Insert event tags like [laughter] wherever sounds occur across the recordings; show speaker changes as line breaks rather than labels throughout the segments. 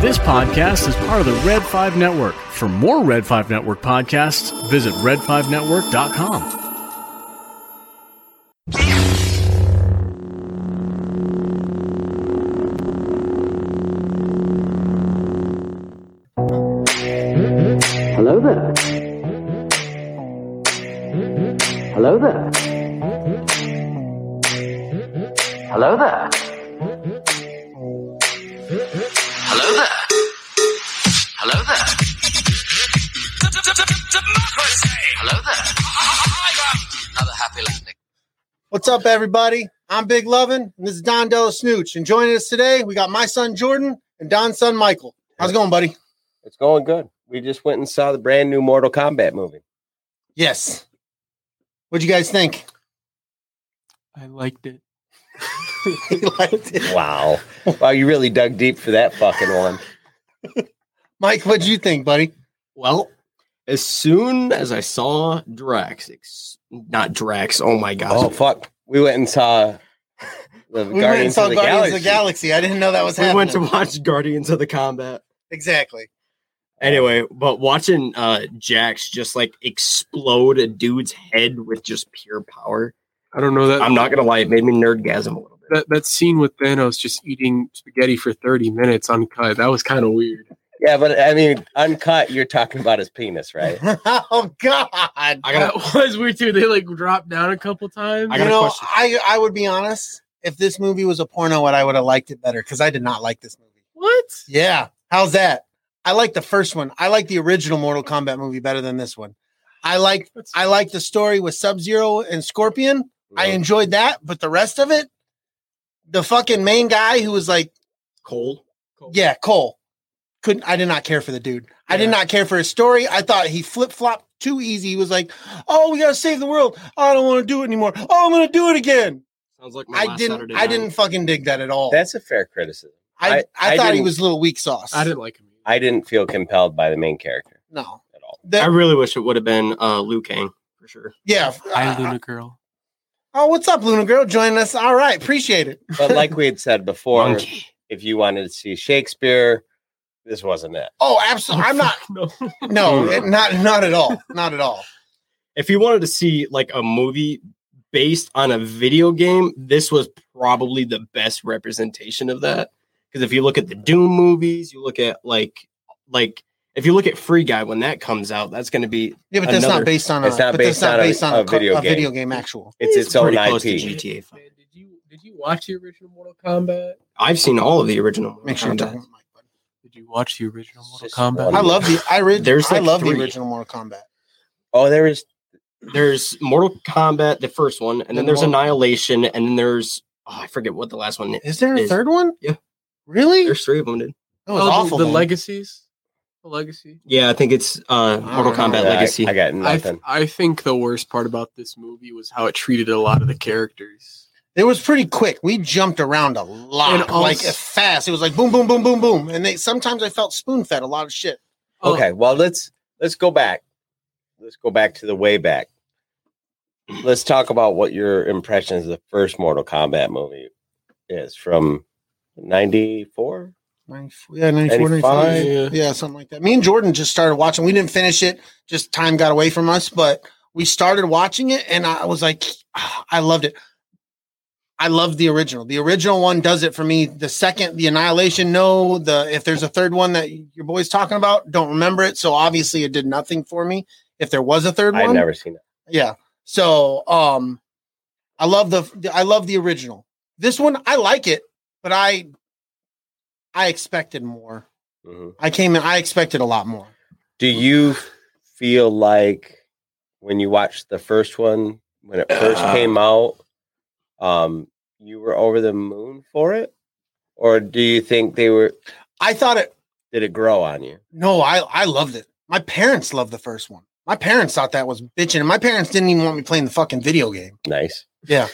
This podcast is part of the Red 5 Network. For more Red 5 Network podcasts, visit red5network.com.
Hello there. Hello there. Hello there. Hello there. Hello there.
Democracy!
Hello there. Another happy landing.
What's up, everybody? I'm Big Lovin', and this is Don Della Snooch. And joining us today, we got my son Jordan and Don's son Michael. How's it going, buddy?
It's going good. We just went and saw the brand new Mortal Kombat movie.
Yes. What'd you guys think?
I
[laughs]
liked it.
He liked it.
Wow. [laughs] wow, you really dug deep for that fucking one.
Mike, what'd you think, buddy?
Well, as soon as I saw Drax, ex- not Drax, oh my gosh.
Oh fuck. We went and saw the
We went and
Guardians,
saw
of, the
Guardians
Galaxy.
of the Galaxy. I didn't know that was
we
happening.
went to watch Guardians of the Combat.
exactly. [laughs]
Anyway, but watching uh Jax just like explode a dude's head with just pure power.
I don't know that
I'm not gonna lie, it made me nerdgasm a little bit.
that that scene with Thanos just eating spaghetti for 30 minutes uncut. That was kind of weird.
Yeah, but I mean uncut, you're talking about his
[laughs]
penis, right?
oh God! I
I got
that [laughs] was weird too. They like dropped down a couple times.
I
you
got a
know,
question.
I I would be honest. If this movie was a porno, what I would have liked it better because I did not like this movie.
what?
Yeah. How's that? I like the first one. I like the original Mortal Kombat movie better than this one. I like
That's-
I like the story with Sub Zero and Scorpion. I enjoyed that, but the rest of it, the fucking main guy who was like,
Cole. Cole.
yeah, Cole, couldn't. I did not care for the dude. I did
Yeah.
not care for his story. I thought he flip flopped too easy. He was like, oh, we gotta save the world. I don't want to do it anymore. Oh, I'm gonna do it again.
Sounds like my
I
last
didn't.
Saturday
I
night.
didn't fucking dig that at all.
That's a fair criticism.
I, I,
I- I
thought he
didn't-
was a little weak sauce.
I didn't like him. either.
I didn't feel compelled by the main character
No.
at all.
The-
I really wish it would have been uh Liu Kang for sure.
Yeah.
I
uh,
Luna girl.
oh, what's up, Luna Girl? Joining us. All right. Appreciate it.
But like we had said before,
Monkey.
if you wanted to see Shakespeare, this wasn't it.
Oh, absolutely. I'm
[laughs]
not.
No.
[laughs] No, it- not not at all. Not at all.
if you wanted to see like a movie based on a video game, this was probably the best representation of that. Because if you look at the Doom movies, you look at like like if you look at Free Guy when that comes out, that's going to be
Yeah, but that's
Another-
not based on a.
it's not
but that's
based
not
on a-
based on a,
a
co-
video
a
game.
video game. Actual.
It's its, own
pretty close to
IP.
GTA.
Man,
5.
did you did you watch the original Mortal Kombat?
I've seen all of the original.
Make sure you're
Mortal
talking.
Kombat.
about Mike, bud.
Did you watch the original Mortal
Just
Kombat?
one.
I love the. I read.
There's
I
like
love the
three.
original Mortal Kombat.
Oh, there is
There's Mortal Kombat, the first one, and then
And
there's
Mortal-
Annihilation, and then there's oh, I forget what the last one is.
Is there a
Is-
third one?
yeah.
Really? That
There's three of them, dude.
was
Oh, the-
awful.
The,
man.
legacies. The legacy.
Yeah, I think it's uh, Mortal
don't know.
Kombat
Ah, Yeah, I-
Legacy.
I, got
I,
nothing.
th- I think the worst part about this movie was how it treated a lot of the characters.
It was pretty quick. We jumped around a lot,
And also-
like fast. It was like boom, boom, boom, boom, boom, and they sometimes I felt spoon fed a lot of shit.
Oh,
Okay, well let's let's go back. Let's go back to the way back. Let's talk about what your impressions of the first Mortal Kombat movie is from 94.
Nine- Yeah, 94, 95.
95.
Yeah.
Yeah, something like that. Me and Jordan just started watching. We didn't finish it; just time got away from us. But we started watching it, and I was like, [sighs] ah, I loved it. I loved the original. The original one does it for me. The second, the Annihilation, no. The if there's a third one that your boy's talking about, don't remember it. So obviously, it did nothing for me. If there was a third
I'd
one,
never seen it.
yeah. So um I love the I love the original. This one I like it, but I I expected more.
Mhm.
I came in I expected a lot more.
Do you feel like when you watched the first one when it first
Uh.
came out, um, you were over the moon for it, or do you think they were?
I thought it
Did it grow on you?
no, I I loved it. My parents loved the first one. My parents thought that was bitching, and my parents didn't even want me playing the fucking video game.
Nice.
Yeah.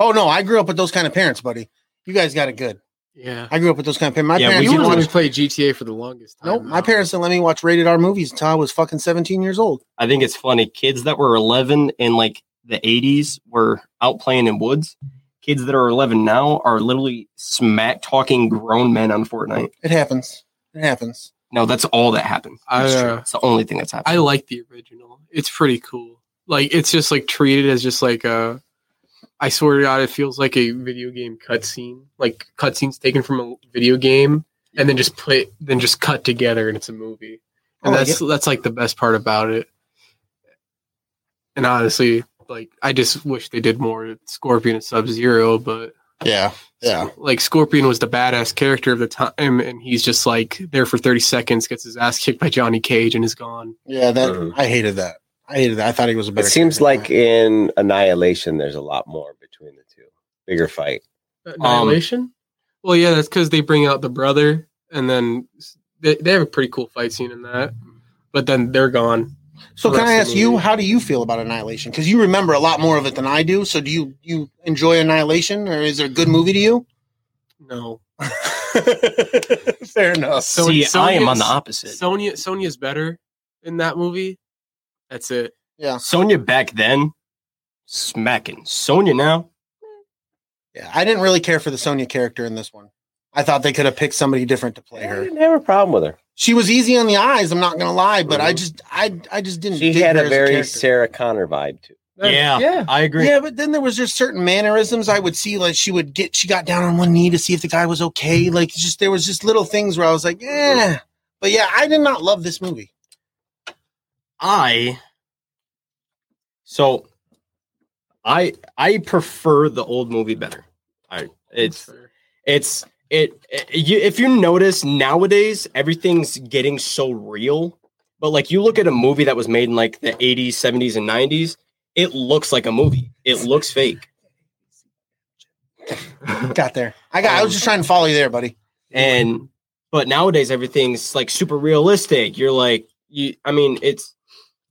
oh no, I grew up with those kind of parents, buddy. You guys got it good.
Yeah.
I grew up with those kind of parents. My
Yeah, we
parents
You
didn't
wanted
want
me
me
to play GTA for the longest time.
Nope, my parents didn't let me watch rated R movies until I was fucking 17 years old.
I think it's funny. Kids that were 11 in like the 80s were out playing in woods. kids that are 11 now are literally smack talking grown men on Fortnite.
It happens. It happens.
No, that's all that happens.
I,
That's true.
uh,
It's the only thing that's
I
happened.
like the original. It's pretty cool. Like it's just like treated as just like a. I swear to God, it feels like a video game cutscene. Like cutscenes taken from a video game and then just put then just cut together and it's a movie. And
I like
that's that's like the best part about it. And honestly, like I just wish they did more Scorpion and Sub Zero, but
Yeah. Yeah.
like Scorpion was the badass character of the time, and he's just like there for thirty seconds, gets his ass kicked by Johnny Cage, and is gone.
Yeah. That
Mhm.
I hated that. I hated that. I thought he was a
It
better.
seems
character.
like in Annihilation, there's a lot more between the two. Bigger fight.
Uh, Annihilation. Um, well, yeah, that's because they bring out the brother, and then s- they, they have a pretty cool fight scene in that. But then they're gone.
So
the
can I
rest
ask
of the
you,
movie.
how do you feel about Annihilation? Because you remember a lot more of it than I do. So do you you enjoy Annihilation, or is it a good movie to you?
No,
[laughs] Fair enough.
So-
See,
so
I am on
is-
the opposite.
Sonya Sonya's better in that movie. That's it.
Sonya back then, smacking. Sonya now,
Yeah, I didn't really care for the Sonya character in this one. I thought they could have picked somebody different to play
I
her.
didn't have a problem with her.
She was easy on the eyes. I'm not gonna lie, but I
Mhm.
just I I just didn't.
She
dig
had
her
a
as
very
character.
Sarah Connor vibe too.
Yeah.
yeah.
I agree.
Yeah, but then there was just certain mannerisms I would see. Like she would get, she got down on one knee to see if the guy was okay.
Mm-hmm.
Like it's just there was just little things where I was like, yeah. But yeah, I did not love this movie.
I so I I prefer the old movie better. I it's it's it, it you, if you notice nowadays everything's getting so real but like you look at a movie that was made in like the 80s 70s and 90s it looks like a movie it looks fake Mm-hmm.
Got there. I got. I was just trying to follow you there, buddy.
and but nowadays everything's like super realistic you're like you i mean it's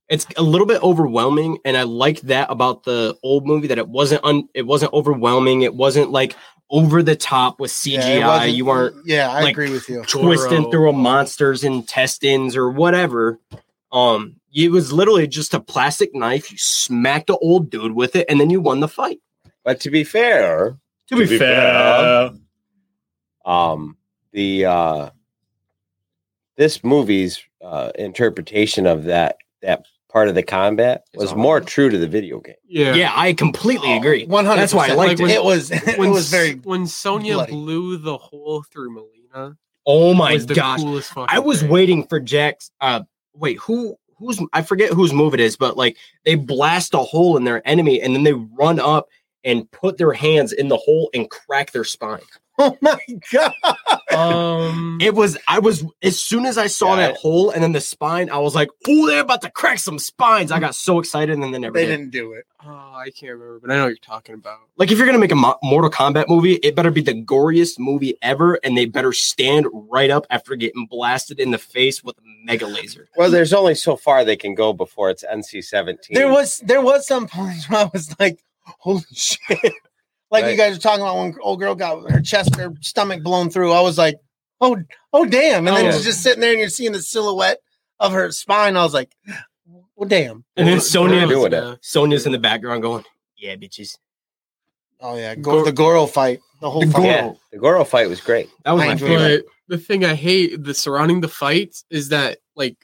it's a little bit overwhelming and i like that about the old movie that it wasn't un, it wasn't overwhelming it wasn't like over the top with cgi
Yeah, it wasn't-
you weren't
Yeah, I
like,
agree with you.
twisting through a monster's intestines or whatever. Um, it was literally just a plastic knife. You smacked the old dude with it, and then you won the fight.
But to be fair,
To be,
fair, um, the uh, this movie's uh, interpretation of that that part of the combat
It's
was
all
more
right.
true to the video game.
Yeah. Oh,
yeah, [laughs] I completely agree.
One hundred.
That's why I liked
it.
it.
It was. [laughs] It was
S-
very.
when Sonya
bloody.
blew the hole through Melina.
Oh my
was the
gosh,
coolest fucking
I was
thing.
waiting for Jack's. Uh, wait, who? Who's? I forget whose move it is, but like they blast a hole in their enemy, and then they run up and put their hands in the hole and crack their spine.
Oh my god!
Um,
[laughs] It was I was as soon as I saw
Yeah,
that hole and then the spine, I was like, "Oh, they're about to crack some spines!" I got so excited, and then they never
They
did.
didn't do it.
oh, I can't remember, but I know what you're talking about.
Like, if you're gonna make a Mo- Mortal Kombat movie, it better be the goriest movie ever, and they better stand right up after getting blasted in the face with a mega laser.
Well, there's only so far they can go before it's NC seventeen.
There was there was some points where I was like, "Holy [laughs] shit!" Like you
Right.
guys were talking about when old girl got her chest, her stomach blown through. I was like, "Oh, oh, damn!" And then
Oh.
she's just sitting there, and you're seeing the silhouette of her spine. I was like, "Well, damn!"
And then
What-
Sonya,
what else,
doing it.
uh,
Sonya's in the background going, "Yeah, bitches."
Oh yeah, Go- the Goro fight, the whole
The
fight.
yeah, the Goro fight was great.
That was
I
my
enjoyed
favorite.
But the thing I hate the surrounding the fights is that like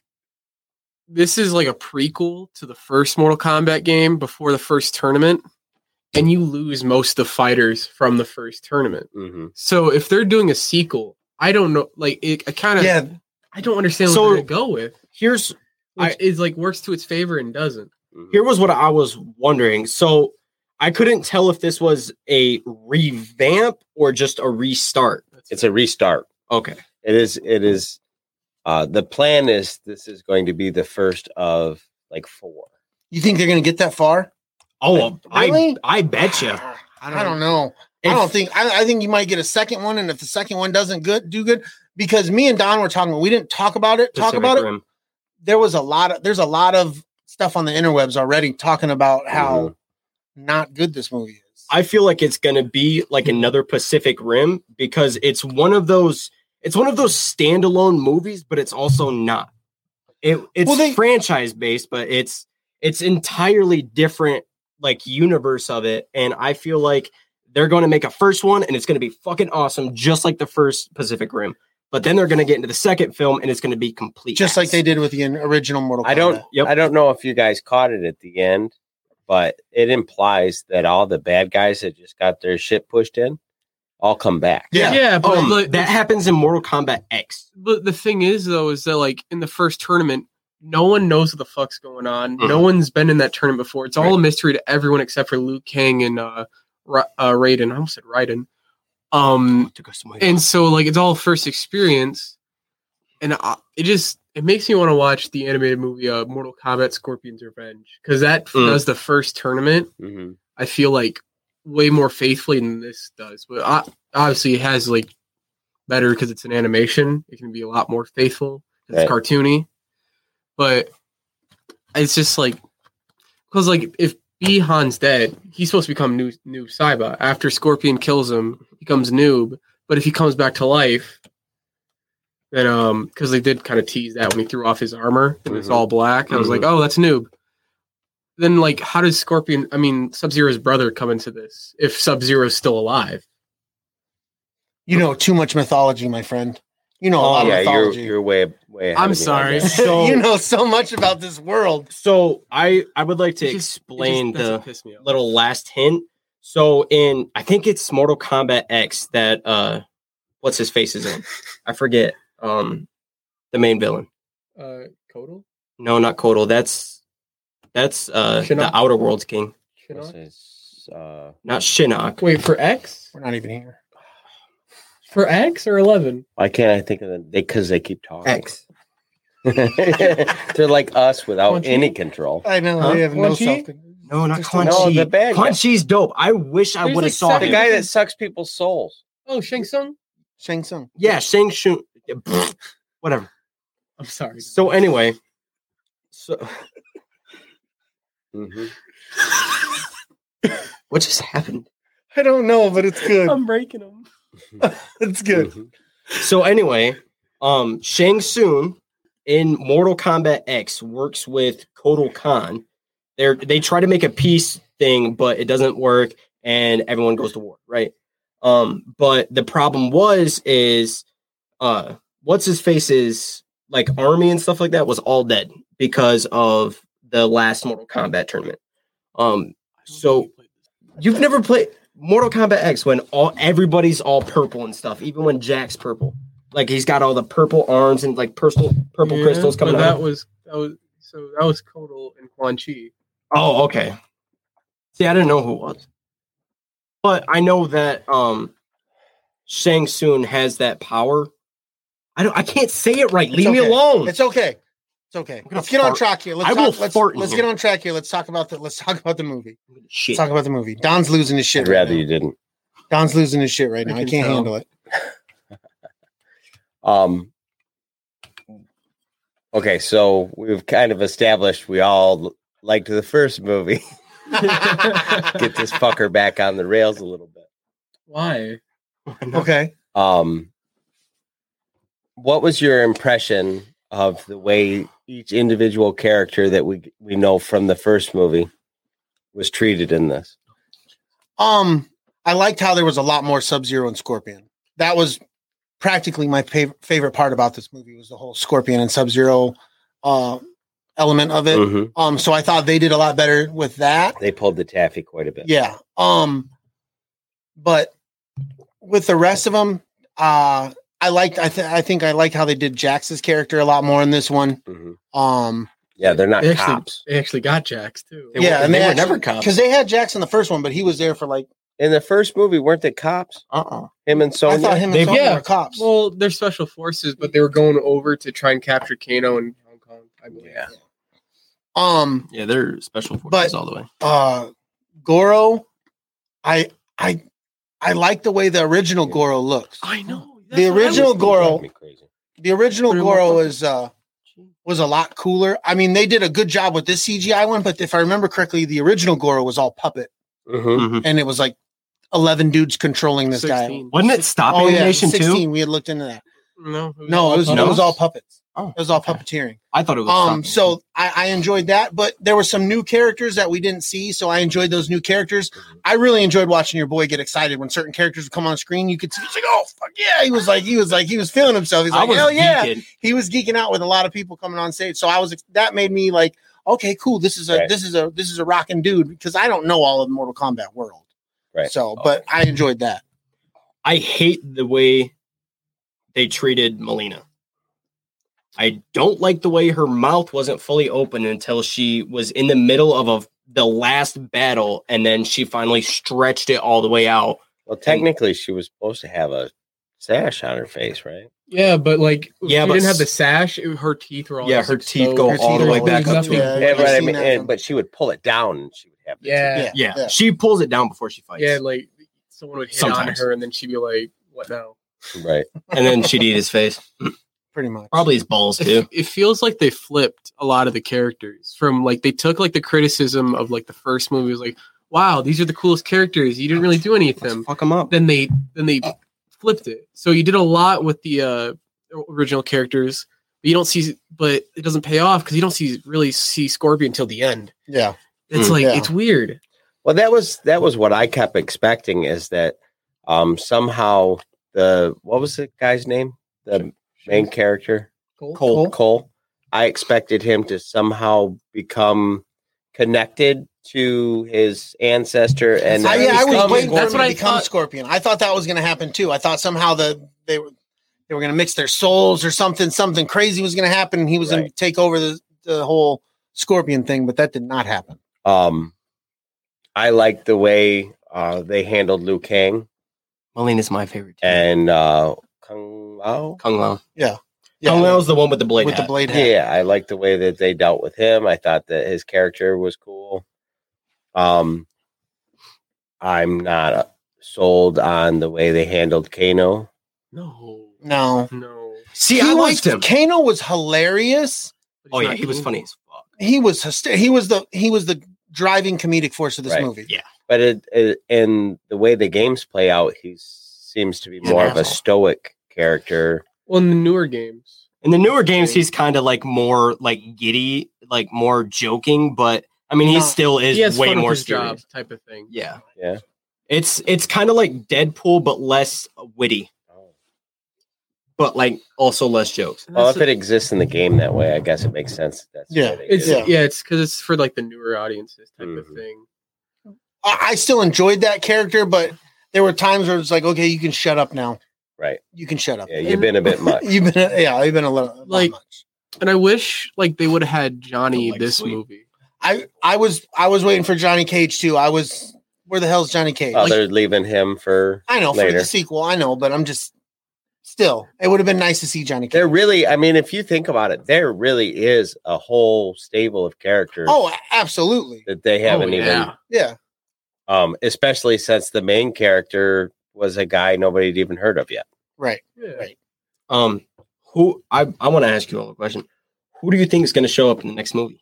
this is like a prequel to the first Mortal Kombat game before the first tournament, and you lose most of the fighters from the first tournament.
hmm
So if they're doing a sequel, I don't know. Like it, I kind of
Yeah,
I don't understand
So-
what they're gonna go with.
Here's
Which
I-
is like works to its favor and doesn't.
here was what I was wondering. So I couldn't tell if this was a revamp or just a restart.
It's a restart.
Okay.
It is. It is. Uh, the plan is this is going to be the first of like four.
you think they're gonna get that far?
Oh,
Really?
I I bet you.
I don't know. I don't think I, I think you might get a second one, and if the second one doesn't good do good, because me and Don were talking, we didn't talk about it. Talk about it. There was a lot of there's a lot of stuff on the interwebs already talking about how not good this movie is.
I feel like it's going to be like another Pacific Rim because it's one of those it's one of those standalone movies, but it's also not. It it's
Well, they-
franchise based, but it's it's entirely different like universe of it, and I feel like they're going to make a first one and it's going to be fucking awesome, just like the first Pacific Rim. But then they're going to get into the second film and it's going to be complete,
just like
ass.
they did with the original Mortal Kombat.
I don't.
Yep.
I don't know if you guys caught it at the end, but it implies that all the bad guys that just got their shit pushed in all come back.
Yeah.
but
Um,
like,
that happens in Mortal Kombat X.
But the thing is, though, is that like in the first tournament, no one knows what the fuck's going on. No
Mhm.
one's been in that tournament before. It's all a mystery to everyone except for Liu Kang and uh, Ra- uh, Raiden. I almost said Raiden. Um,
Took us away.
and so like it's all first experience, and I, it just it makes me want to watch the animated movie uh, Mortal Kombat: Scorpion's Revenge because that
Mm.
does the first tournament.
Mhm.
I feel like way more faithfully than this does. But o- obviously, it has like better because it's an animation. It can be a lot more faithful.
Right.
It's cartoony, but it's just like because like if B Han's dead, he's supposed to become new new Saiba after Scorpion kills him. He becomes noob, but if he comes back to life. then um, because they did kind of tease that when he threw off his armor and it's
Mhm.
all black, I was like, oh, that's noob then like how does scorpion i mean sub-zero's brother come into this if sub-zero's still alive
You know too much mythology, my friend. You know a lot
Oh, yeah,
of
you're,
mythology.
you're way way. ahead
I'm
of me on [laughs]
sorry.
that.
[laughs]
So-
[laughs] you know so much about this world.
so I I would like to
It just- it
explain
just- that's
the
what pissed me off.
little last hint. So in I think it's Mortal Kombat X that uh what's his face is in. I forget. Um the main villain.
uh Kodal?
No, not Kotal. That's that's uh
Shinnok?
the Outer Worlds King.
What's
Shinnok?
his, uh,
Not Shinnok.
wait for x
We're not even here.
for x or 11
why can't I think of them? Because they keep talking. [laughs] They're like us without
Punchy.
any control.
I know
Huh?
they have no
Quan Chi?
self.
No, not
Just
Quan
no,
Chi.
the bad guy.
Quan Chi's dope. I wish I
There's
would have
like
saw
The
seven-
him.
guy that sucks people's souls.
oh shang tsung
Shang Tsung.
Yeah, Shang Shun. yeah, pfft, [laughs] Whatever.
i'm sorry
So anyway, so
Mm-hmm.
what just happened?
I don't know, but it's good.
i'm breaking them
It's good.
Mhm.
So anyway, um, Shang Tsung in Mortal Kombat X works with Kotal Khan. They they try to make a peace thing, but it doesn't work, and everyone goes to war, right? Um, but the problem was is, uh, what's his face's like army and stuff like that was all dead because of the last Mortal Kombat tournament. Um, so You've never played Mortal Kombat X when all everybody's all purple and stuff, even when Jack's purple. Like he's got all the purple arms and like purple purple
Yeah,
crystals
but
coming
that
out.
was that was so that was Kodal and quan chi
Oh, okay. See, I didn't know who it was. But I know that um Shang Tsung has that power. I don't I can't say it right. Leave me
okay.
alone.
It's okay. It's okay.
gonna
Let's get on
fart.
track here. Let's
I
talk,
will
let's,
fart in
let's
here.
get on track here. Let's talk about the let's talk about the movie.
Shit.
Let's talk about the movie. Don's losing his shit.
I'd
right
rather
now.
you didn't.
Don's losing his shit right now. I,
can
can't
tell.
handle it.
Um, okay, so we've kind of established we all l- liked the
[laughs]
first movie. [laughs] Get this fucker back on the rails a little bit.
why
[laughs] okay.
Um, what was your impression of the way each individual character that we we know from the first movie was treated in this?
Um, I liked how there was a lot more Sub Zero and Scorpion. That was practically my fav- favorite part about this movie was the whole Scorpion and Sub Zero uh, element of it.
Mm.
Mhm.
Um, so I thought they did a lot better with that.
They pulled the taffy quite a bit.
Yeah. Um, but with the rest of them, uh, I liked. I, th- I think I liked how they did Jax's character a lot more in this one.
Mhm.
Um,
yeah, they're not
they actually
cops.
they actually got jax too
They
yeah,
were-
and
they
they,
were
actually-
never cops.
because they had Jax in the first one, but he was there for like
In the first movie, weren't they cops?
Uh-uh.
Him and Sonya.
I thought him
they-
and Sonya
yeah.
were cops.
well they're special forces but they were going over to try and capture kano in hong kong i believe
Yeah.
um,
Yeah, they're special
forces
all the way.
uh, Goro, I I I like the way the original
Yeah.
Goro looks.
i know
The original Goro-
Drive me crazy.
The original
Pretty
Goro
much.
was uh was a lot cooler. I mean, they did a good job with this CGI one, but if I remember correctly, the original Goro was all puppet.
Mhm.
and it was like 11 dudes controlling this guy.
Wasn't it stop
Oh, yeah,
animation
16.
too?
We had looked into that.
No, it was
No,
all
it was,
No?
it was all puppets.
Oh,
it was all
okay.
puppeteering.
I thought it was
Um,
something.
so I, I enjoyed that, but there were some new characters that we didn't see, so I enjoyed those new characters.
Mm-hmm.
I really enjoyed watching your boy get excited when certain characters would come on screen. You could see, he's like, "Oh fuck yeah!" He was like, he was like, he was feeling himself. He's
I
like,
was
"Hell yeah!"
geeking.
He was geeking out with a lot of people coming on stage, so I was that made me like, okay, cool. This is a
Right.
this is a this is a rocking dude because I don't know all of the Mortal Kombat world,
Right.
So, but I enjoyed that.
I hate the way they treated Melina. I don't like the way her mouth wasn't fully open until she was in the middle of a, the last battle, and then she finally stretched it all the way out.
Well, technically, she was supposed to have a sash on her face, right?
Yeah, but like, if
Yeah,
she
but
didn't have
s-
the sash. it- her teeth were all
Yeah,
just
her teeth
exposed.
go
Her
all the
teeth
way
are
back
always
up to
nothing.
her-
Yeah,
I've
right. I
seen
mean,
that
and,
one.
but she would pull it down, and she would have. the teeth.
Yeah,
Yeah.
Yeah, she pulls it down before she fights.
yeah. Like someone would hit
Sometimes.
on her, and then she'd be like, "What now?"
right.
and then she'd eat his face,
pretty much.
[laughs] probably his balls
It,
too.
it feels like they flipped a lot of the characters from like they took like the criticism of like the first movie was like, "Wow, these are the coolest characters. You didn't really do any of them."
Fuck him up.
Then they then they flipped it. So you did a lot with the uh, original characters, but you don't see. But it doesn't pay off because you don't see really see Scorpion until the end.
yeah,
It's
Mm.
like
Yeah.
it's weird.
Well, that was that was what I kept expecting is that um somehow the what was the guy's name? The main character, Cole. Cole. I expected him to somehow become connected to his ancestor, and
I, yeah, I was
become-
waiting for
That's
him
what
to
I
become
thought.
Scorpion. I thought that was going to happen too. I thought somehow the they were they were going to mix their souls or something. Something crazy was going to happen. And he was going
Right.
to take over the the whole Scorpion thing, but that did not happen.
Um, I liked the way uh they handled Liu Kang
Melina's my favorite. too.
and uh Kung Lao.
Kung Lao.
Yeah,
Kung Lao's the one with the blade.
with the
hat.
blade hat.
Yeah, I liked the way that they dealt with him. I thought that his character was cool. Um, I'm not uh, sold on the way they handled Kano.
No,
No,
no.
See,
he
I
was
liked him.
Kano was hilarious.
Oh yeah, he was funny as fuck.
He was hyster- he was the he was the driving comedic force of this
Right.
movie.
Yeah.
But it, it in the way the games play out, he seems to be
He's an
more of a
asshole.
stoic character.
Well, in the newer games,
In the newer games, he's kind of like more like giddy, like more joking, but I mean, he
No.
still is
he has
way
fun
more
with his
serious.
job type of thing.
Yeah,
Yeah.
It's it's kind of like Deadpool, but less witty, but like also less jokes.
And
Well,
that's
if it exists in the game that way, I guess it makes sense. That that's the way
Yeah.
they
It's
did
yeah,
it.
it's because it's for like the newer audiences type
Mhm.
Mm-hmm.
of thing.
I, I still enjoyed that character, but there were times where it's like, okay, you can shut up now.
right.
You can shut up.
Yeah, you've been a
[laughs]
bit much.
You've been yeah, you've been a little uh,
Like-
much.
And I wish like they would have had Johnny
Like,
this
sweet.
movie.
I I was I was waiting for Johnny Cage too. I was where the hell's Johnny Cage?
Oh, they're leaving him for
I know for
later.
the sequel, I know, but I'm just still. It would have been nice to see Johnny Cage.
There really, I mean, if you think about it, there really is a whole stable of characters
oh, absolutely.
that they haven't even,
Yeah.
um, especially since the main character was a guy nobody had even heard of yet.
Right.
even. Yeah.
Right.
Um, who I I want to ask you all a question. Who do you think is going to show up in the next movie?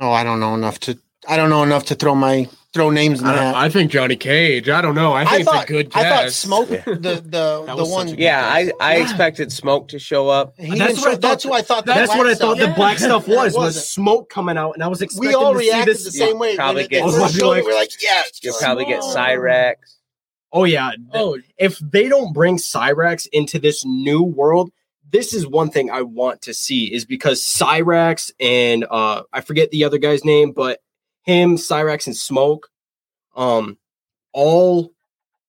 Oh, I don't know enough to I don't know enough to throw my throw names in the hat. I,
think Johnny Cage. I don't know. I
thought I thought Smoke
Yeah.
the the the
was
one
such a good-
Yeah, I, I
Yeah.
expected Smoke to show up.
he
That's
didn't
what I
show- that's
thought-
who I thought the
[laughs] That's
black
what I thought
stuff-
the
[laughs]
black stuff
Yeah, it
was was
wasn't.
smoke coming out, and I was expecting
we all
to see
reacted
this.
the same way.
probably
When it,
get-
they first showed it, we we're like, yeah,
You'll probably get
Smoke.
Cyrax.
Oh yeah,
Oh,
if they don't bring Cyrax into this new world, this is one thing I want to see is because Cyrax and uh I forget the other guy's name, but him, Cyrax and Smoke, um all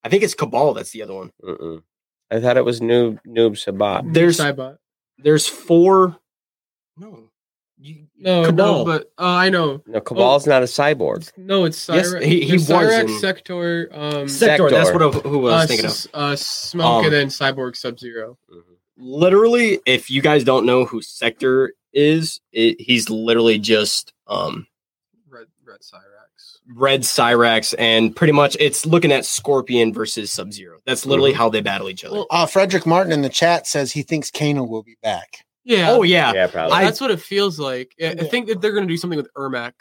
I think it's Cabal that's the other one.
Mm-mm. I thought it was Noob Noob Sabat.
There's
Cybot.
there's four No. You,
No,
Cabal.
no, but uh, I know.
Oh.
No, Cabal's not a cyborg.
No, it's
Yes,
Cyrax.
he- he
There's
was
Cyrax,
in-
Sector, um,
Sector, that's
Sector.
what I, who I was
uh,
thinking of.
s- uh, Smoke,
Um,
and then Cyborg Sub Zero.
Uh,
literally if you guys don't know who Sector is, it, he's literally just um
Red, Red Cyrax.
Red Cyrax, and pretty much it's looking at Scorpion versus Sub Zero. That's literally how they battle each other.
Well,
Uh, Frederick Martin in the chat says he thinks Kano will be back.
Yeah.
Oh yeah.
Yeah, probably.
I-
that's what it feels like. Yeah, I think that they're gonna do something with Ermac.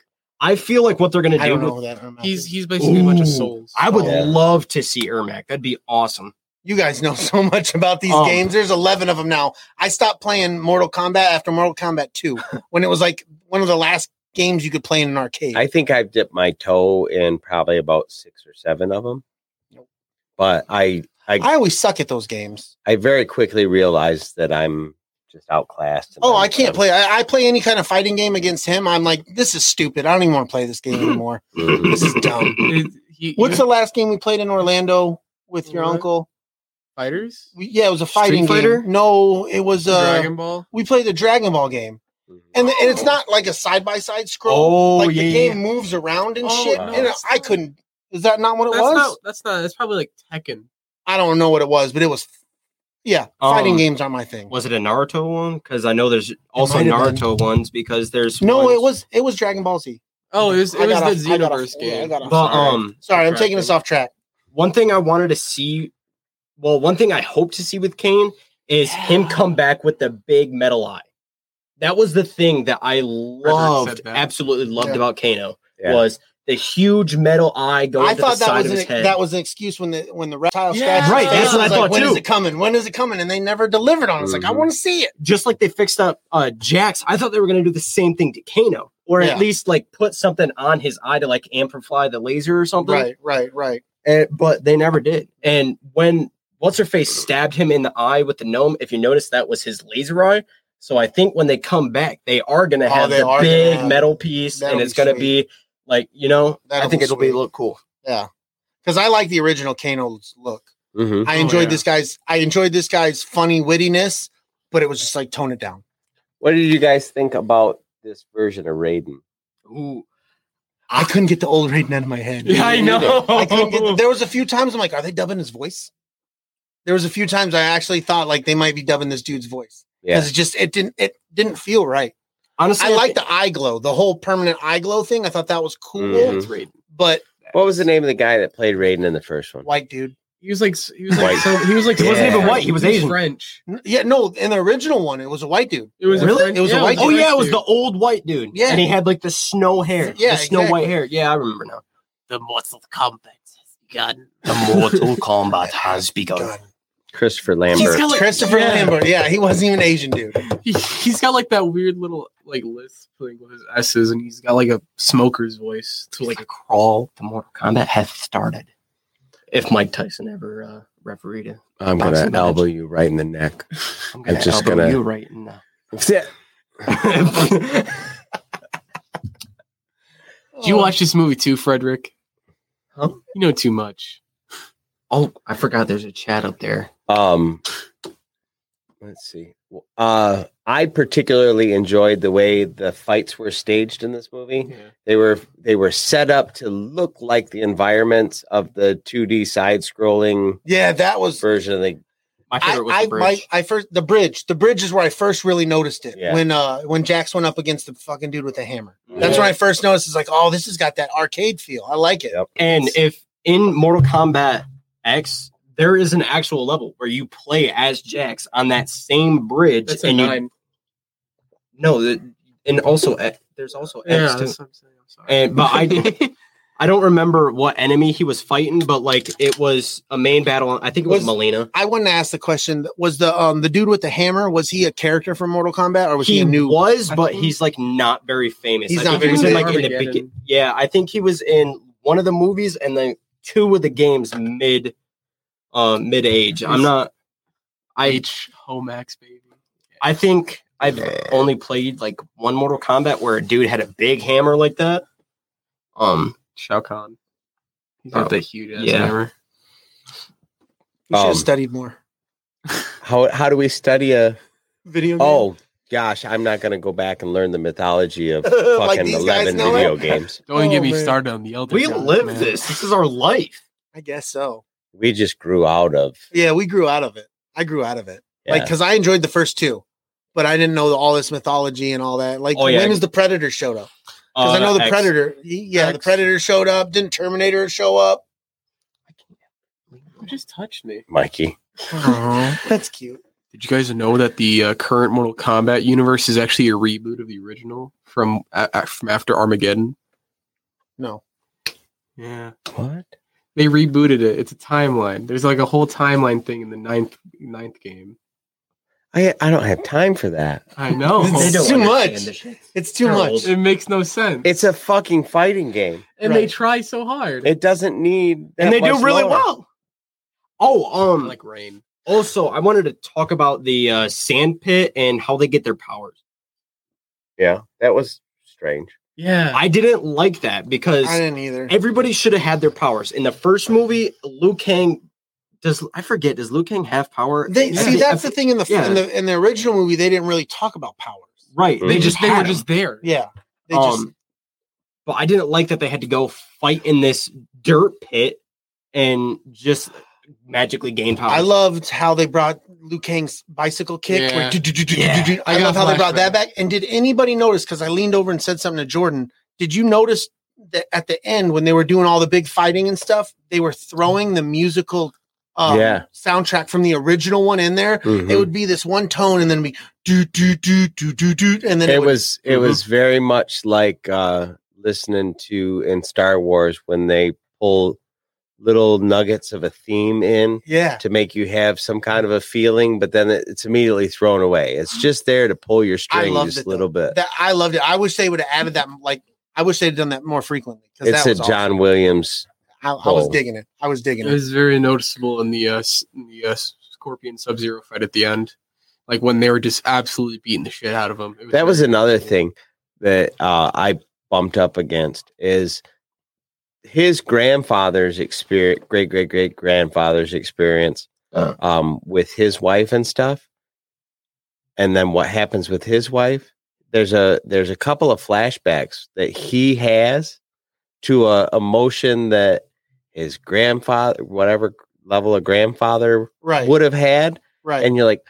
I feel like what they're gonna
I
do.
don't know
With,
who that.
He's he's basically a bunch of
Ooh,
souls.
I would
Yeah.
love to see Ermac. That'd be awesome.
You guys know [laughs] so much about these
Um,
games. There's 11 of them now. I stopped playing Mortal Kombat after Mortal Kombat 2 when it was like one of the last games you could play in an arcade.
I think I've dipped my toe in probably about six or seven of them. But I, I,
I always suck at those games.
I very quickly realized that I'm just outclassed. and
Oh,
I'm-
I can't
I'm-
play. I, I play any kind of fighting game against him. I'm like, this is stupid. I don't even want to play this game anymore.
Mhm.
This is
[laughs]
dumb.
It- he-
What's
you-
the last game we played in Orlando with your
What?
uncle?
fighters?
We, yeah, it was a
Street
fighting
Fighter?
game. No, it was uh
Dragon Ball.
we played the Dragon Ball game. And, and
Oh.
it's not like a side by side scroll.
Oh
like
yeah,
the
yeah,
game moves around and
Oh,
shit.
no,
and
it's
I
not.
couldn't is that not what it
That's
was?
not. That's not. That's probably like Tekken.
I don't know what it was, but it was yeah, fighting
Oh.
Um,
games aren't my thing.
Was it a Naruto one? Because I know there's also
might have been.
Naruto ones because there's
No,
ones-
it was it was Dragon Ball Z.
Oh, it was.
I
It was
got
the
off- I got off-
Xenoverse
yeah, I
game.
got off-
But
sorry.
um,
Sorry, I'm
Subtracting.
taking us off track.
one thing I wanted to see, well, one thing I hope to see with Kane is him come back with the big metal eye. That was the thing that I loved,
that.
absolutely loved
Yeah.
about Kano
Yeah.
was the huge metal eye going
I
to
thought
the
that
side
was
of his
an,
head.
that was an excuse when the when the reptile scratched
Yeah.
his
Right,
face,
that's what I
was like,
thought
When
too.
is it coming? When is it coming? And they never delivered on. it. It's like I
Mm-hmm.
Mhm.
want to see it.
Just like they fixed up uh, Jax, I thought they were going to do the same thing to Kano, or
Yeah.
at least like put something on his eye to like amplify the laser or something.
Right, right, right.
and, Eh, but they never did. And when what's her face stabbed him in the eye with the gnome, if you notice, that was his laser eye. So I think when they come back, they are going
Oh,
to have
they
the
are gonna
big
have-
metal piece,
that'll
and
be
it's going to
sweet.
be like you know,
That'll
I think
be
it'll
sweet.
be look cool.
Because I like the original Kano's look.
Mhm.
I
Oh,
enjoyed
yeah.
this guy's. I enjoyed this guy's funny wittiness, but it was just like tone it down.
What did you guys think about this version of Raiden?
Ooh,
I couldn't get the old Raiden out of my head.
yeah, I know.
I couldn't get. there was a few times I'm like, are they dubbing his voice? There was a few times I actually thought like they might be dubbing this dude's voice
Yeah.
because it just it didn't it didn't feel right.
Honestly,
I like the eye glow, the whole permanent eye glow thing. I thought that was cool,
Mhm.
That's right.
but
What was the name of the guy that played Raiden in the first one?
white dude.
He was like. He was like.
White.
So, he was like.
He wasn't even
French.
white, he was Asian.
French.
N- Yeah, no, in the original one, it was a white dude.
It was a
Really?
French-
It was a
yeah,
white
Oh
dude.
yeah, it was
dude.
the old white dude.
Yeah.
and he had like the snow hair.
Yeah,
the snow
exactly.
white hair. Yeah, I remember now.
The Mortal Kombat has begun.
The Mortal Kombat has
[laughs]
begun.
God.
Christopher Lambert.
got, like-
Christopher
yeah.
Lambert. Yeah, he wasn't even Asian dude.
He, he's got like that weird little like lisp thing with his s's, and he's got like a smoker's voice to like.
like a crawl. The Mortal Kombat has started. If Mike Tyson ever uh, refereed it,
I'm gonna
Boxing match.
elbow you right in the neck.
I'm gonna
I'm just
elbow
gonna-
you right now.
That's it.
Did
Oh.
you watch this movie too, Frederick?
Huh?
You know too much.
oh, I forgot. There's a chat up there.
[laughs] Um, let's see. Uh, I particularly enjoyed the way the fights were staged in this movie. They were they were set up to look like the environments of the 2D side scrolling
Yeah, that was.
version of the
I,
My favorite was
I,
the bridge.
my, I first the bridge. The bridge is where I first really noticed it
Yeah.
when uh when Jax went up against the fucking dude with the hammer. That's
Yeah.
when I first noticed. It's like, oh, this has got that arcade feel. I like it.
Yep.
and if in Mortal Kombat X, there is an actual level where you play as Jax on that same bridge.
That's a
and
nine.
You, no, the, and also X, there's also X
Yeah,
too.
that's what I'm saying. I'm sorry.
And but I
[laughs]
I don't remember what enemy he was fighting, but like it was a main battle. I think it was,
Was-
Melina.
I wanted to ask the question: Was the um the dude with the hammer was he a character from Mortal Kombat or was he, a new?
was,
I
but
think-
he's like not very famous.
He's
I
not
think
very
he was in,
famous.
like, in the
Armageddon.
begin- yeah, I think he was in one of the movies and then two of the games mid uh mid age. I'm not I
H Homax baby.
I think I've only played like one Mortal Kombat where a dude had a big hammer like that. Um
Shao Kahn. He's got
Probably.
the huge ass
Yeah.
hammer.
You should have
Um,
studied more.
how how do we study a
Video.
oh gosh I'm not gonna go back and learn the mythology
[laughs]
of
Like
fucking
these guys
eleven
know it?
video games.
Don't even
Oh,
get me
man.
started on the Elder.
we
Gods,
live
man.
this. This is our life.
I guess so.
We just grew out of
Yeah, we grew out of it. I grew out of it.
yeah.
Like, because I enjoyed the first two, but I didn't know the, all this mythology and all that. Like,
Oh, yeah.
when is the Predator showed up? Because I
Uh,
know the
X.
Predator. Yeah, the
X.
Predator showed up. Didn't Terminator show up?
You just touched me.
Mikey.
That's cute.
Did you guys know that the uh, current Mortal Kombat universe is actually a reboot of the original from a a- from after Armageddon?
No.
Yeah.
What?
They rebooted it. It's a timeline. There's like a whole timeline thing in the ninth ninth game.
I I don't have time for that.
I know.
Oh, They
it
don't- too
understand
much.
this shit.
It's too
They're
much.
old.
makes no sense.
It's a fucking fighting game.
and they
right.
try so hard.
It doesn't need. that
and they do
much
really
lore.
well. Oh, um,
like rain.
also, I wanted to talk about the uh, sand pit and how they get their powers.
Yeah, that was strange.
Yeah.
I didn't like that because
I didn't either.
everybody should have had their powers. In the first movie, Liu Kang does. I forget. Does Liu Kang have power?
They
Yeah.
see that's the thing in the,
Yeah.
in the in the original movie they didn't really talk about powers.
right.
They
they just they
had
were
them.
just there.
Yeah, they just
um, but I didn't like that they had to go fight in this dirt pit and just magically gain power.
I loved how they brought Liu Kang's bicycle kick.
Yeah.
like, do, do, do, do, do,
Yeah.
do. I,
I got
love how they brought
flashback.
that back. And did anybody notice? Because I leaned over and said something to Jordan. Did you notice that at the end when they were doing all the big fighting and stuff, they were throwing the musical um,
Yeah. Mm-hmm.
soundtrack from the original one in there? It would be this one tone and then be do do do do do do, and then
it
it, would,
was it was very much like uh listening to in Star Wars when they pull little nuggets of a theme in
yeah.
to make you have some kind of a feeling, but then it, it's immediately thrown away. It's just there to pull your
I
string
loved
just
it,
a little bit.
That I loved it. I wish they would have added that. Like I wish they'd done that more frequently. 'cause
It's
that
a
was awesome.
John Williams.
I, I was
Bowl.
digging it. I was digging
It
it.
was very noticeable in the uh, s- in the uh, Scorpion Sub Zero fight at the end, like when they were just absolutely beating the shit out of him. It
That was
very-
another thing that uh, I bumped up against is his grandfather's experience, great great great grandfather's experience
Uh.
um, with his wife and stuff, and then what happens with his wife. There's a there's a couple of flashbacks that he has to a emotion that his grandfather, whatever level of grandfather
right.
would have had,
right.
and you're like,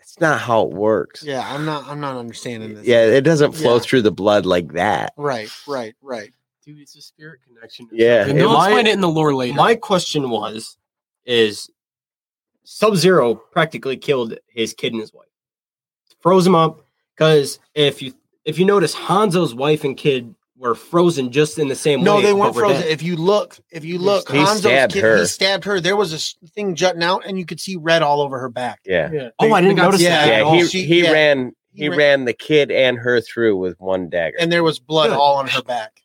it's not how it works.
Yeah, I'm not. I'm not understanding this.
Yeah, it doesn't flow
Yeah.
through the blood like that.
Right. Right. Right.
dude. It's a spirit connection.
Yeah.
and they'll
My-
explain it in the lore later.
My question was, is Sub Zero practically killed his kid and his wife, froze him up? Because if you if you notice, Hanzo's wife and kid were frozen just in the same
No,
way.
they
but
weren't
were
frozen.
dead.
If you look, if you look,
He
Hanzo's
stabbed
kid,
her.
He stabbed her. There was a s- thing jutting out, and you could see red all over her back.
Yeah.
Oh, I didn't
They got
notice
stabbed.
that at
Yeah,
all.
he
She-
he
yeah.
ran
He
he
ran-
ran the kid and her through with one dagger.
And there was blood
Good.
all on her back.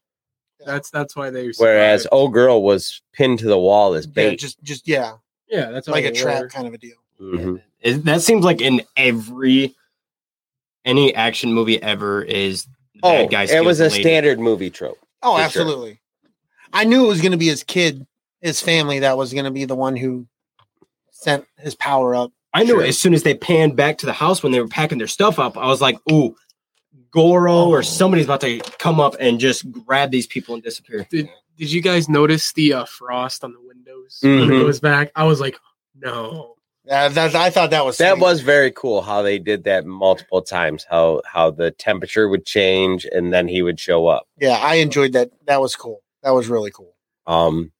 That's that's why they.
Whereas
survived.
old girl was pinned to the wall as
Yeah,
bait.
just, just yeah,
yeah, that's
like
all
a
the
trap
lore.
kind of a deal.
Mhm.
It- that seems like in every any action movie ever is the
Oh,
bad guy
it
steals
was
the
a
lady.
standard movie trope.
Oh,
For sure.
absolutely. I knew it was going to be his kid, his family that was going to be the one who sent his power up.
I knew
Sure.
it as soon as they panned back to the house when they were packing their stuff up. I was like, "Ooh, Goro
Oh.
or somebody's about to come up and just grab these people and disappear."
Did Did you guys notice the uh, frost on the windows when
Mhm.
it goes back? I was like, no.
Uh, that, I thought that was
That
sweet.
was very cool how they did that multiple times. How how the temperature would change and then he would show up.
yeah. I enjoyed that. That was cool. That was really cool.
Um,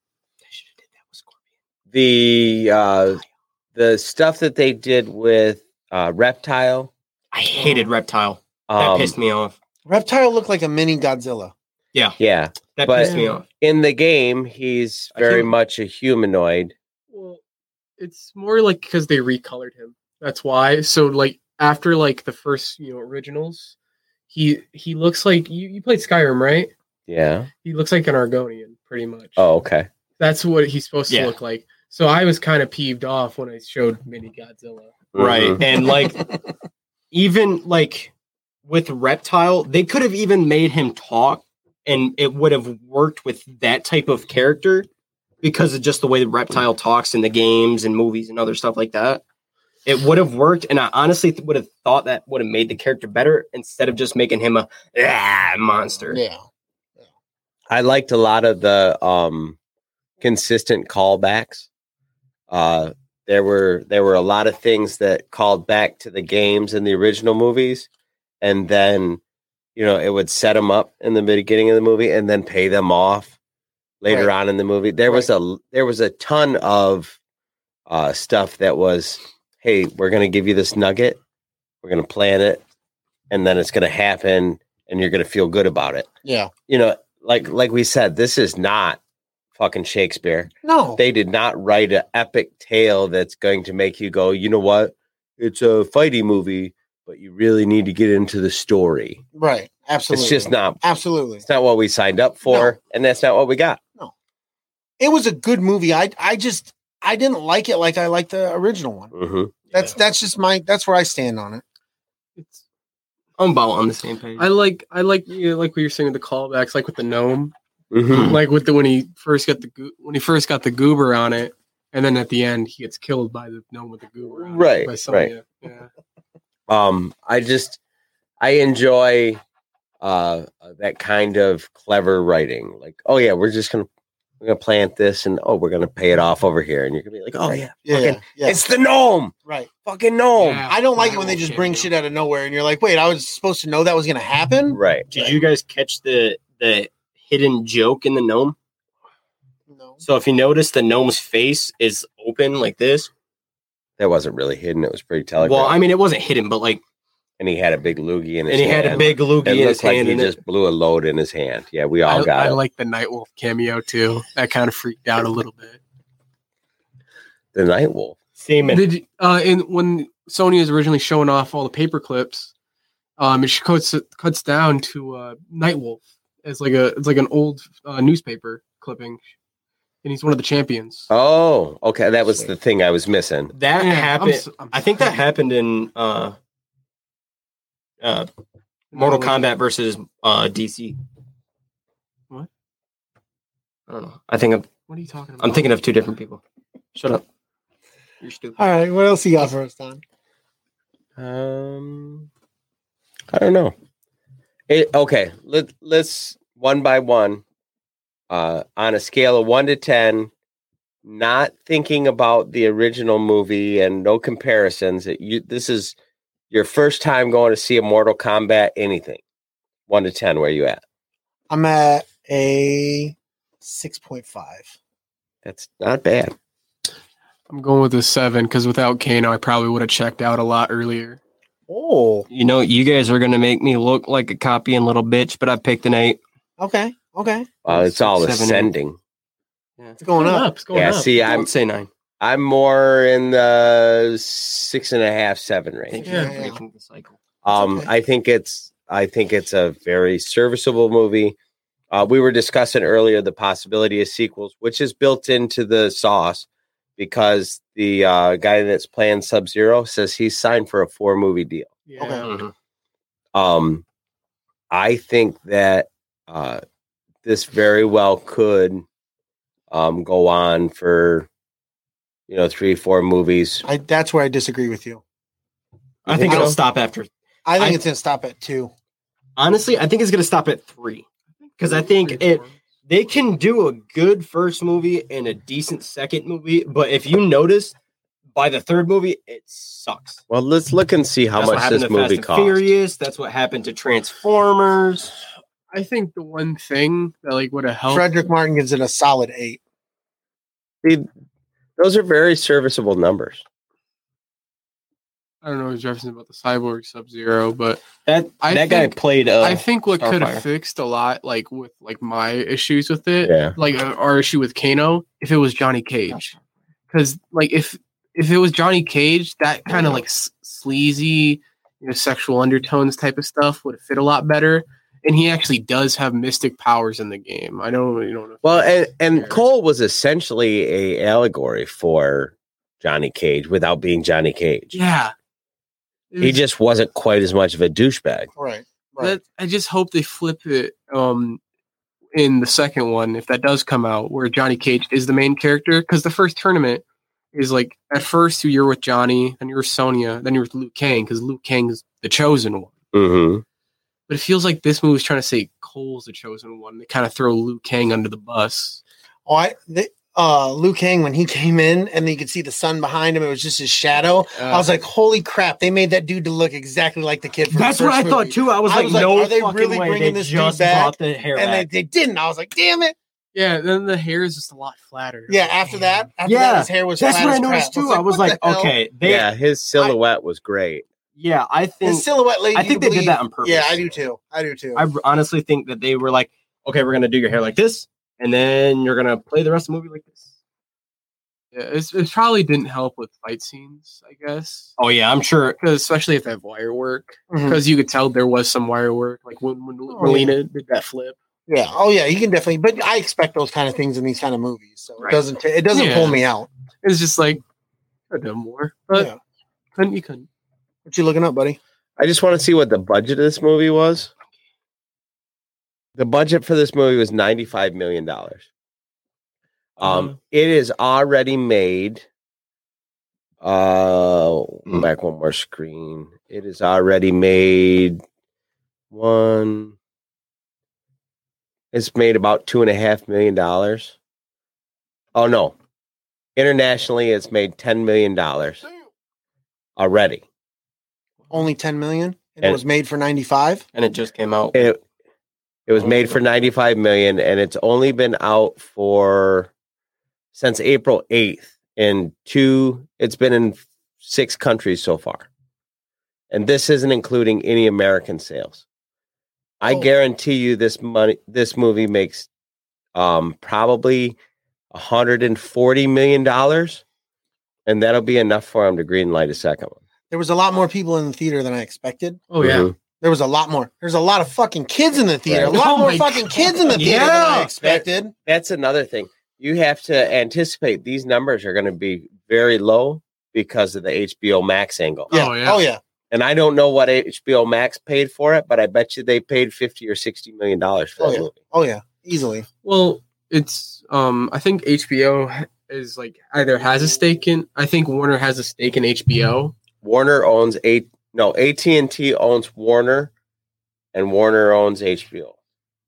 the uh, the stuff that they did with uh, reptile.
I hated Reptile. That
Um,
pissed me off.
Reptile looked like a mini Godzilla.
yeah,
That
but-
pissed me off.
in the game, he's
I
very
think-
much a humanoid.
Well, it's more like because they recolored him. That's why. So like after like the first you know originals, he he looks like you, you played Skyrim, right?
Yeah.
He looks like an Argonian, pretty much.
Oh, okay.
that's what he's supposed
Yeah.
to look like. So I was kind of peeved off when I showed Mini Godzilla.
Mhm.
And like even like with Reptile, they could have even made him talk and it would have worked with that type of character because of just the way the Reptile talks in the games and movies and other stuff like that. It would have worked, and I honestly th- would have thought that would have made the character better instead of just making him a ah, monster.
Yeah.
I liked a lot of the um, consistent callbacks. Uh, there were there were a lot of things that called back to the games in the original movies, and then you know it would set them up in the beginning of the movie, and then pay them off later
Right.
on in the movie. There was a there was a ton of uh, stuff that was, hey, we're gonna give you this nugget, we're gonna plan it, and then it's gonna happen, and you're gonna feel good about it
Yeah.
you know, like like we said, this is not fucking Shakespeare.
No,
They did not write an epic tale that's going to make you go, you know what? It's a fighty movie, but you really need to get into the story.
right? Absolutely.
It's just not
absolutely.
it's not what we signed up for, and that's not what we got.
It was a good movie. I I just I didn't like it like I liked the original one.
hmm
Mm-hmm.
That's that's just my that's where I stand on it.
It's,
I'm about on the same page.
I like I like you know, like what you're saying with the callbacks, like with the gnome,
hmm
like with the when he first got the goo- when he first got the goober on it, and then at the end he gets killed by the gnome with the goober. On it,
Right,
by somebody, Yeah.
[clears throat] Um, I just I enjoy uh that kind of clever writing. Like, oh yeah, we're just gonna we're gonna plant this, and oh, we're gonna pay it off over here, and you're gonna be like, oh yeah,
Yeah,
fucking-
yeah,
it's the gnome,
right.
fucking gnome,
Yeah.
I don't like it when they just
Shit,
bring
yeah.
shit out of nowhere, and you're like, wait, I was supposed to know that was going to happen.
right?
Did you guys catch the the hidden joke in the gnome?
No.
So if you notice, the gnome's face is open like this.
That wasn't really hidden. It was pretty telegraphed.
well, I mean, it wasn't hidden, but like,
and he had a big loogie in his
and he
hand.
had a big loogie
It
in his
looked like
hand.
he
and it-
just blew a load in his hand. Yeah, we all
I,
Oh, got
I
it.
like the Nightwolf cameo too. That kind of freaked out a little bit.
the night wolf.
semen.
Did you- uh, and when Sony was originally showing off all the paper clips, um, it cuts cuts down to uh, Nightwolf as like a it's like an old uh, newspaper clipping, and he's one of the champions.
Oh, okay, that was the thing I was missing.
that
Yeah, I'm
happened.
s- I'm
I think that
sorry.
happened in uh, uh, Mortal Kombat versus uh, DC.
What?
I don't know. I think I'm,
What are you talking about?
I'm thinking of two different people. Shut up. You're stupid.
All right, what else you got for us, Don?
Um, I don't know. It, okay, let let's one by one. Uh, on a scale of one to ten, not thinking about the original movie and no comparisons. That you this is your first time going to see a Mortal Kombat anything. One to ten, where you at?
I'm at a six point five.
That's not bad.
I'm going with a seven because without Kano, I probably would have checked out a lot earlier.
Oh,
You know, you guys are gonna make me look like a copy and little bitch, but I picked an eight.
okay, okay.
Wow, Uh, it's all
Seven, eight.
ascending.
It's going up.
It's
Yeah, see,
I
I'm
would say nine.
I'm more in the six and a half, seven range.
you for Yeah. breaking
the cycle.
Um,
okay.
I think it's I think it's a very serviceable movie. Uh, we were discussing earlier the possibility of sequels, which is built into the sauce because the uh, guy that's playing Sub Zero says he's signed for a four movie deal.
Yeah.
Okay.
Mm-hmm.
Um, I think that uh, this very well could um, go on for you know three, four movies.
I that's where I disagree with you.
I think
so?
it'll stop after.
I think
I-
it's gonna stop at two.
Honestly, I think it's gonna stop at three because I think it. They can do a good first movie and a decent second movie, but if you notice, by the third movie, it sucks.
Well, let's look and see how
That's what
much
happened
this
to Fast
movie
and
cost.
Furious. That's what happened to Transformers.
I think the one thing that like would have
Oh.
helped.
Frederick Martin gives it a solid eight.
See, those are very serviceable numbers.
I don't know what he's referencing about the cyborg Sub Zero, but
That
I
that
think-
guy played. Uh,
I think what could
Starfire.
have fixed a lot, like with like my issues with it,
Yeah.
like uh, our issue with Kano, if it was Johnny Cage, because like if if it was Johnny Cage, that kind of like s- sleazy, you know, sexual undertones type of stuff would fit a lot better. And he actually does have mystic powers in the game. I don't really don't know. if
Well,
that's
and, and
fair.
Cole was essentially a allegory for Johnny Cage without being Johnny Cage.
yeah, It
He
was-
just wasn't quite as much of a douchebag.
Right. Right.
that, I just hope they flip it um in the second one if that does come out where Johnny Cage is the main character because the first tournament is like at first you're with Johnny then you're with Sonya then you're with Luke Kang because Luke Kang's the chosen one
Mm-hmm.
but it feels like this movie's trying to say Cole's the chosen one they kind of throw Luke Kang under the bus
Oh, I the, uh Luke Hang when he came in and you could see the sun behind him, it was just his shadow. I was like, holy crap, they made that dude to look exactly like the kid from
That's
the
what
first
I thought
movie.
too. I was
I
like,
was like,
no
are they
fucking
really
way.
bringing
they
this dude
just
back?
brought the hair
And they,
back.
they didn't. I was like, damn it.
yeah then the hair is just a lot flatter
Yeah, after that, after that
Yeah,
his hair was
That's
flat
what I
as crap.
noticed too. I was
what
like,
the hell?
okay, they,
Yeah, his silhouette was great.
yeah, I think
His silhouette lady.
I think they did that on purpose.
Yeah, I do too. I do too.
I honestly think that they were like, okay, we're gonna do your hair like this, and then you're gonna play the rest of the movie like this.
Yeah, it's, it probably didn't help with fight scenes, I guess.
Oh yeah, I'm sure
'Cause especially if they have wire work, because you could tell there was some wire work. Like when, when Melina did that flip,
Yeah. Oh yeah, you can definitely. But I expect those kind of things in these kind of movies, so
Right.
it doesn't ta- it doesn't
Yeah.
pull me out.
it's just like could have done more, but
Yeah.
couldn't you couldn't.
What you looking up, buddy?
I just want to see what the budget of this movie was. The budget for this movie was $95 million. Um, It is already made. Uh, back one more screen. It is already made one. It's made about two and a half million dollars. Oh no, internationally, it's made ten million dollars already.
Only ten million, and it
And-
was made for ninety five.
and it just came out.
it it was made for 95 million and it's only been out for since april 8th in two it's been in six countries so far and this isn't including any american sales i
Oh.
guarantee you this money this movie makes um probably 140 million dollars and that'll be enough for him to green light a second one
There was a lot more people in the theater than I expected.
Oh yeah,
Mm-hmm.
Mhm.
There was a lot more. There's a lot of fucking kids in the theater.
Right.
A lot
Oh
more
my
fucking
God.
kids in the theater than I
Yeah.
expected.
that's another thing. You have to anticipate these numbers are going to be very low because of the HBO Max angle.
Yeah.
Oh,
Oh
yeah.
yeah.
And I don't know what HBO Max paid for it, but I bet you they paid 50 or 60 million dollars for
Oh,
that
yeah.
movie.
Oh yeah. Easily.
Well, it's um I think HBO is like either has a stake in I think Warner has a stake in HBO.
Warner owns eight no, AT&T owns Warner and Warner owns HBO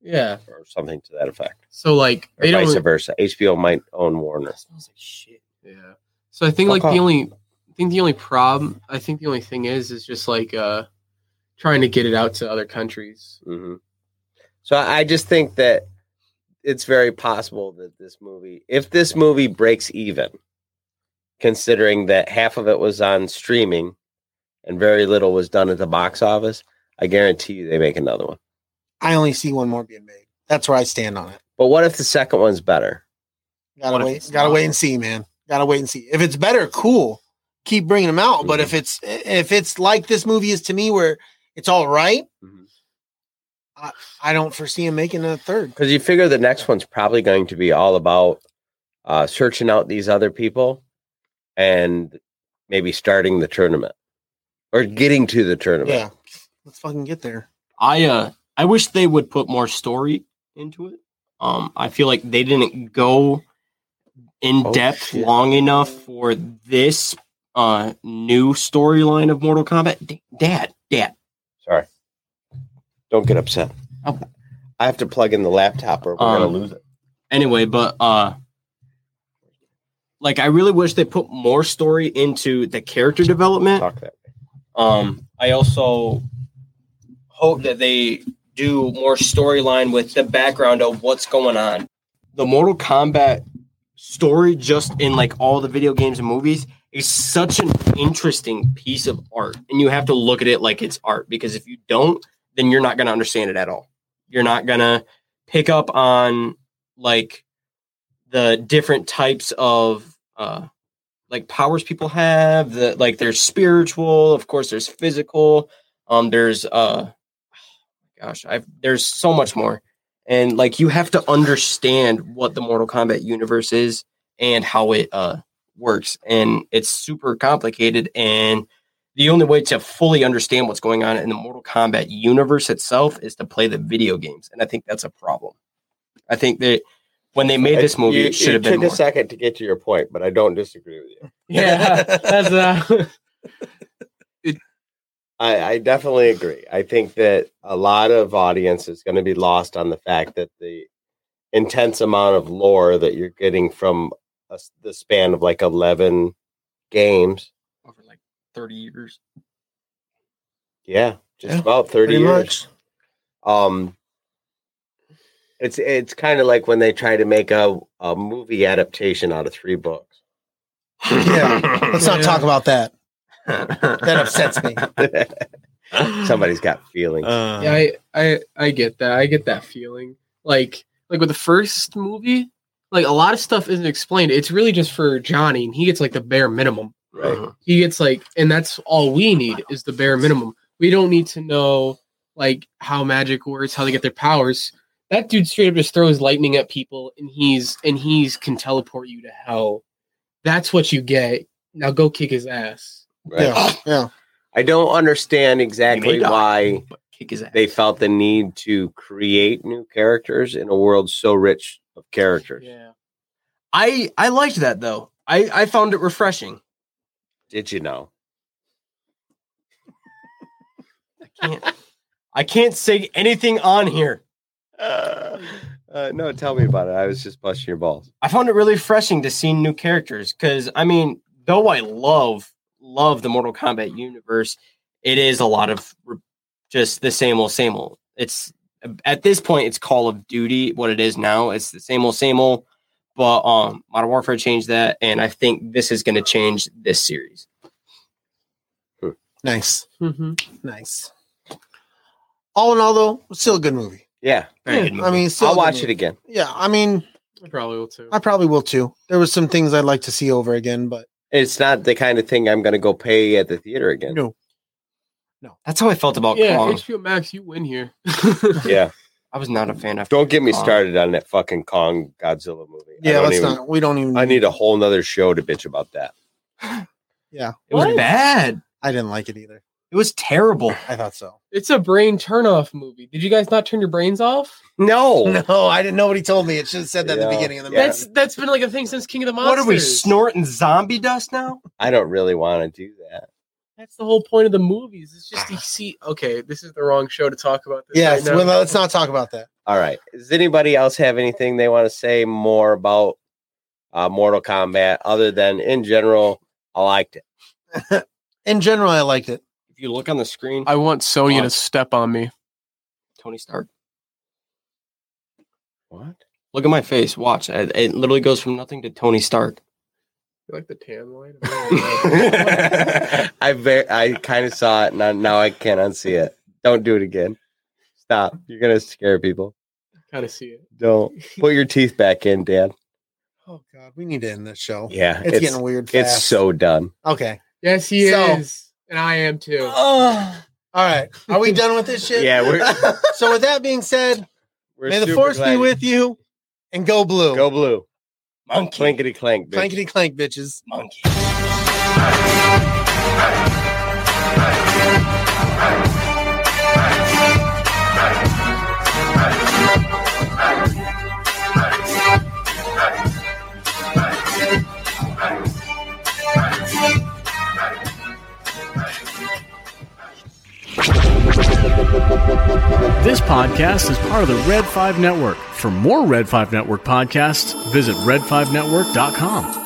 Yeah.
or something to that effect.
So like
Or
they
vice
don't
versa. HBO might own Warner.
smells like shit.
Yeah. So I think like
Fuck
the
off.
only I think the only problem I think the only thing is is just like uh trying to get it out to other countries.
hmm So I just think that it's very possible that this movie, if this movie breaks even, considering that half of it was on streaming and very little was done at the box office, I guarantee you they make another one.
I only see one more being made. That's where I stand on it.
But what if the second one's better?
Gotta
What if
wait.
it's
Gotta
not?
wait and see, man. Gotta wait and see. If it's better, cool. Keep bringing them out. But
Mhm.
if it's if it's like this movie is to me, where it's all right,
Mhm.
I, I don't foresee him making a third.
Because you figure the next one's probably going to be all about uh, searching out these other people and maybe starting the tournament or getting to the tournament.
Yeah. Let's fucking get there.
I uh I wish they would put more story into it. Um I feel like they didn't go in
Oh,
depth
shit.
long enough for this uh new storyline of Mortal Kombat. D- Dad, dad.
Sorry. Don't get upset.
Okay.
I have to plug in the laptop or we're
Um,
going to lose it.
Anyway, but uh like I really wish they put more story into the character development.
Talk that way.
Um, I also hope that they do more storyline with the background of what's going on. The Mortal Kombat story, just in like all the video games and movies, is such an interesting piece of art, and you have to look at it like it's art because if you don't, then you're not going to understand it at all. You're not going to pick up on like the different types of uh, like powers people have the like there's spiritual of course there's physical um there's uh [sighs] gosh i've there's so much more and like you have to understand what the mortal kombat universe is and how it uh works and it's super complicated and the only way to fully understand what's going on in the mortal kombat universe itself is to play the video games and i think that's a problem i think that when they made this movie
You-
it should have
you
been
took
more.
a second to get to your point, but I don't disagree with you.
Yeah. [laughs] that's uh
I, I definitely agree. I think that a lot of audience is going to be lost on the fact that the intense amount of lore that you're getting from a s the span of like 11 games.
over like 30 years
Yeah, just
Yeah,
about 30
Pretty
years.
much.
um it's it's kind of like when they try to make a, a movie adaptation out of three books [laughs]
Yeah. Let's not
Yeah.
talk about that.
that
That upsets me.
somebody's got feelings
yeah, I, I I get that. I get that feeling. Like like with the first movie, like a lot of stuff isn't explained. It's really just for Johnny, and he gets like the bare minimum.
right?
Uh-huh.
He gets like, and that's all we need is the bare minimum. We don't need to know like how magic works, how they get their powers. That dude straight up just throws lightning at people, and he's and he's can teleport you to hell. That's what you get. Now go kick his ass.
Right.
Yeah, yeah.
I don't understand exactly
die.
why
But kick his ass.
they felt the need to create new characters in a world so rich of characters.
Yeah.
I I liked that though. I I found it refreshing.
Did you know?
I can't say anything on here.
Uh, no, tell me about it. I was just busting your balls.
I found it really refreshing to see new characters because I mean, though I love love the Mortal Kombat universe, it is a lot of re- just the same old same old. It's at this point, it's Call of Duty. What it is now, it's the same old same old. But um, Modern Warfare changed that, and I think this is going to change this series.
Nice.
Mm-hmm.
Nice. All in all, though, still a good movie.
Yeah,
Very good
I
movie.
mean, still
Mm-hmm. I'll watch it again.
Yeah, I mean,
Probably will too.
I probably will too. There was some things I'd like to see over again, but
It's not the kind of thing I'm going to go pay at the theater again.
No.
that's how I felt about
yeah,
Kong.
HBO Max, you win here. [laughs]
Yeah,
I was not a fan of.
don't get me
Kong.
started on that fucking Kong Godzilla movie. I
yeah,
don't
let's
even-
not. We don't even.
I need a whole nother show to bitch about that.
It was
What?
bad.
I didn't like it either.
It was terrible.
I thought
[laughs]
so.
It's a brain turnoff movie. Did you guys not turn your brains off?
No,
No, I didn't. Nobody told me. It should have said that at
Yeah.
the beginning of the
Yeah.
movie.
That's that's been like a thing since King of the
What
Monsters.
are we snorting zombie dust now?
I don't really want to do that.
That's the whole point of the movies. It's just you see. Okay, this is the wrong show to talk about this.
Yes.
right now.
well,
uh,
let's not talk about that.
All right. Does anybody else have anything they want to say more about uh, Mortal Kombat other than in general? I liked it.
In general, I liked it.
If you look on the screen,
I want Sonya
to
to step on me.
Tony Stark.
What? [laughs]
Look at my face. Watch. It, it literally goes from nothing to Tony Stark.
You like the tan
[laughs]
line?
I ver- I kind of saw it, and I- now I can't unsee it. Don't do it again. Stop. You're gonna scare people.
kind of see it.
Don't put your teeth back in, Dad.
Oh God, we need to end this show.
Yeah,
it's,
it's
getting weird.
it's
fast.
so done. [laughs]
okay.
Yes, he
So-
is, and I am too.
Oh. All right. Are we done with this shit?
Yeah, we're,
[laughs] So with that being said,
we're
may the
super
force be
glad-
with you, and go blue.
Go blue.
Monkey.
Clinkety clank. bitch.
Clankety clank, bitches.
Monkey.
This podcast is part of the Red 5 Network. For more Red 5 Network podcasts, visit red5network.com.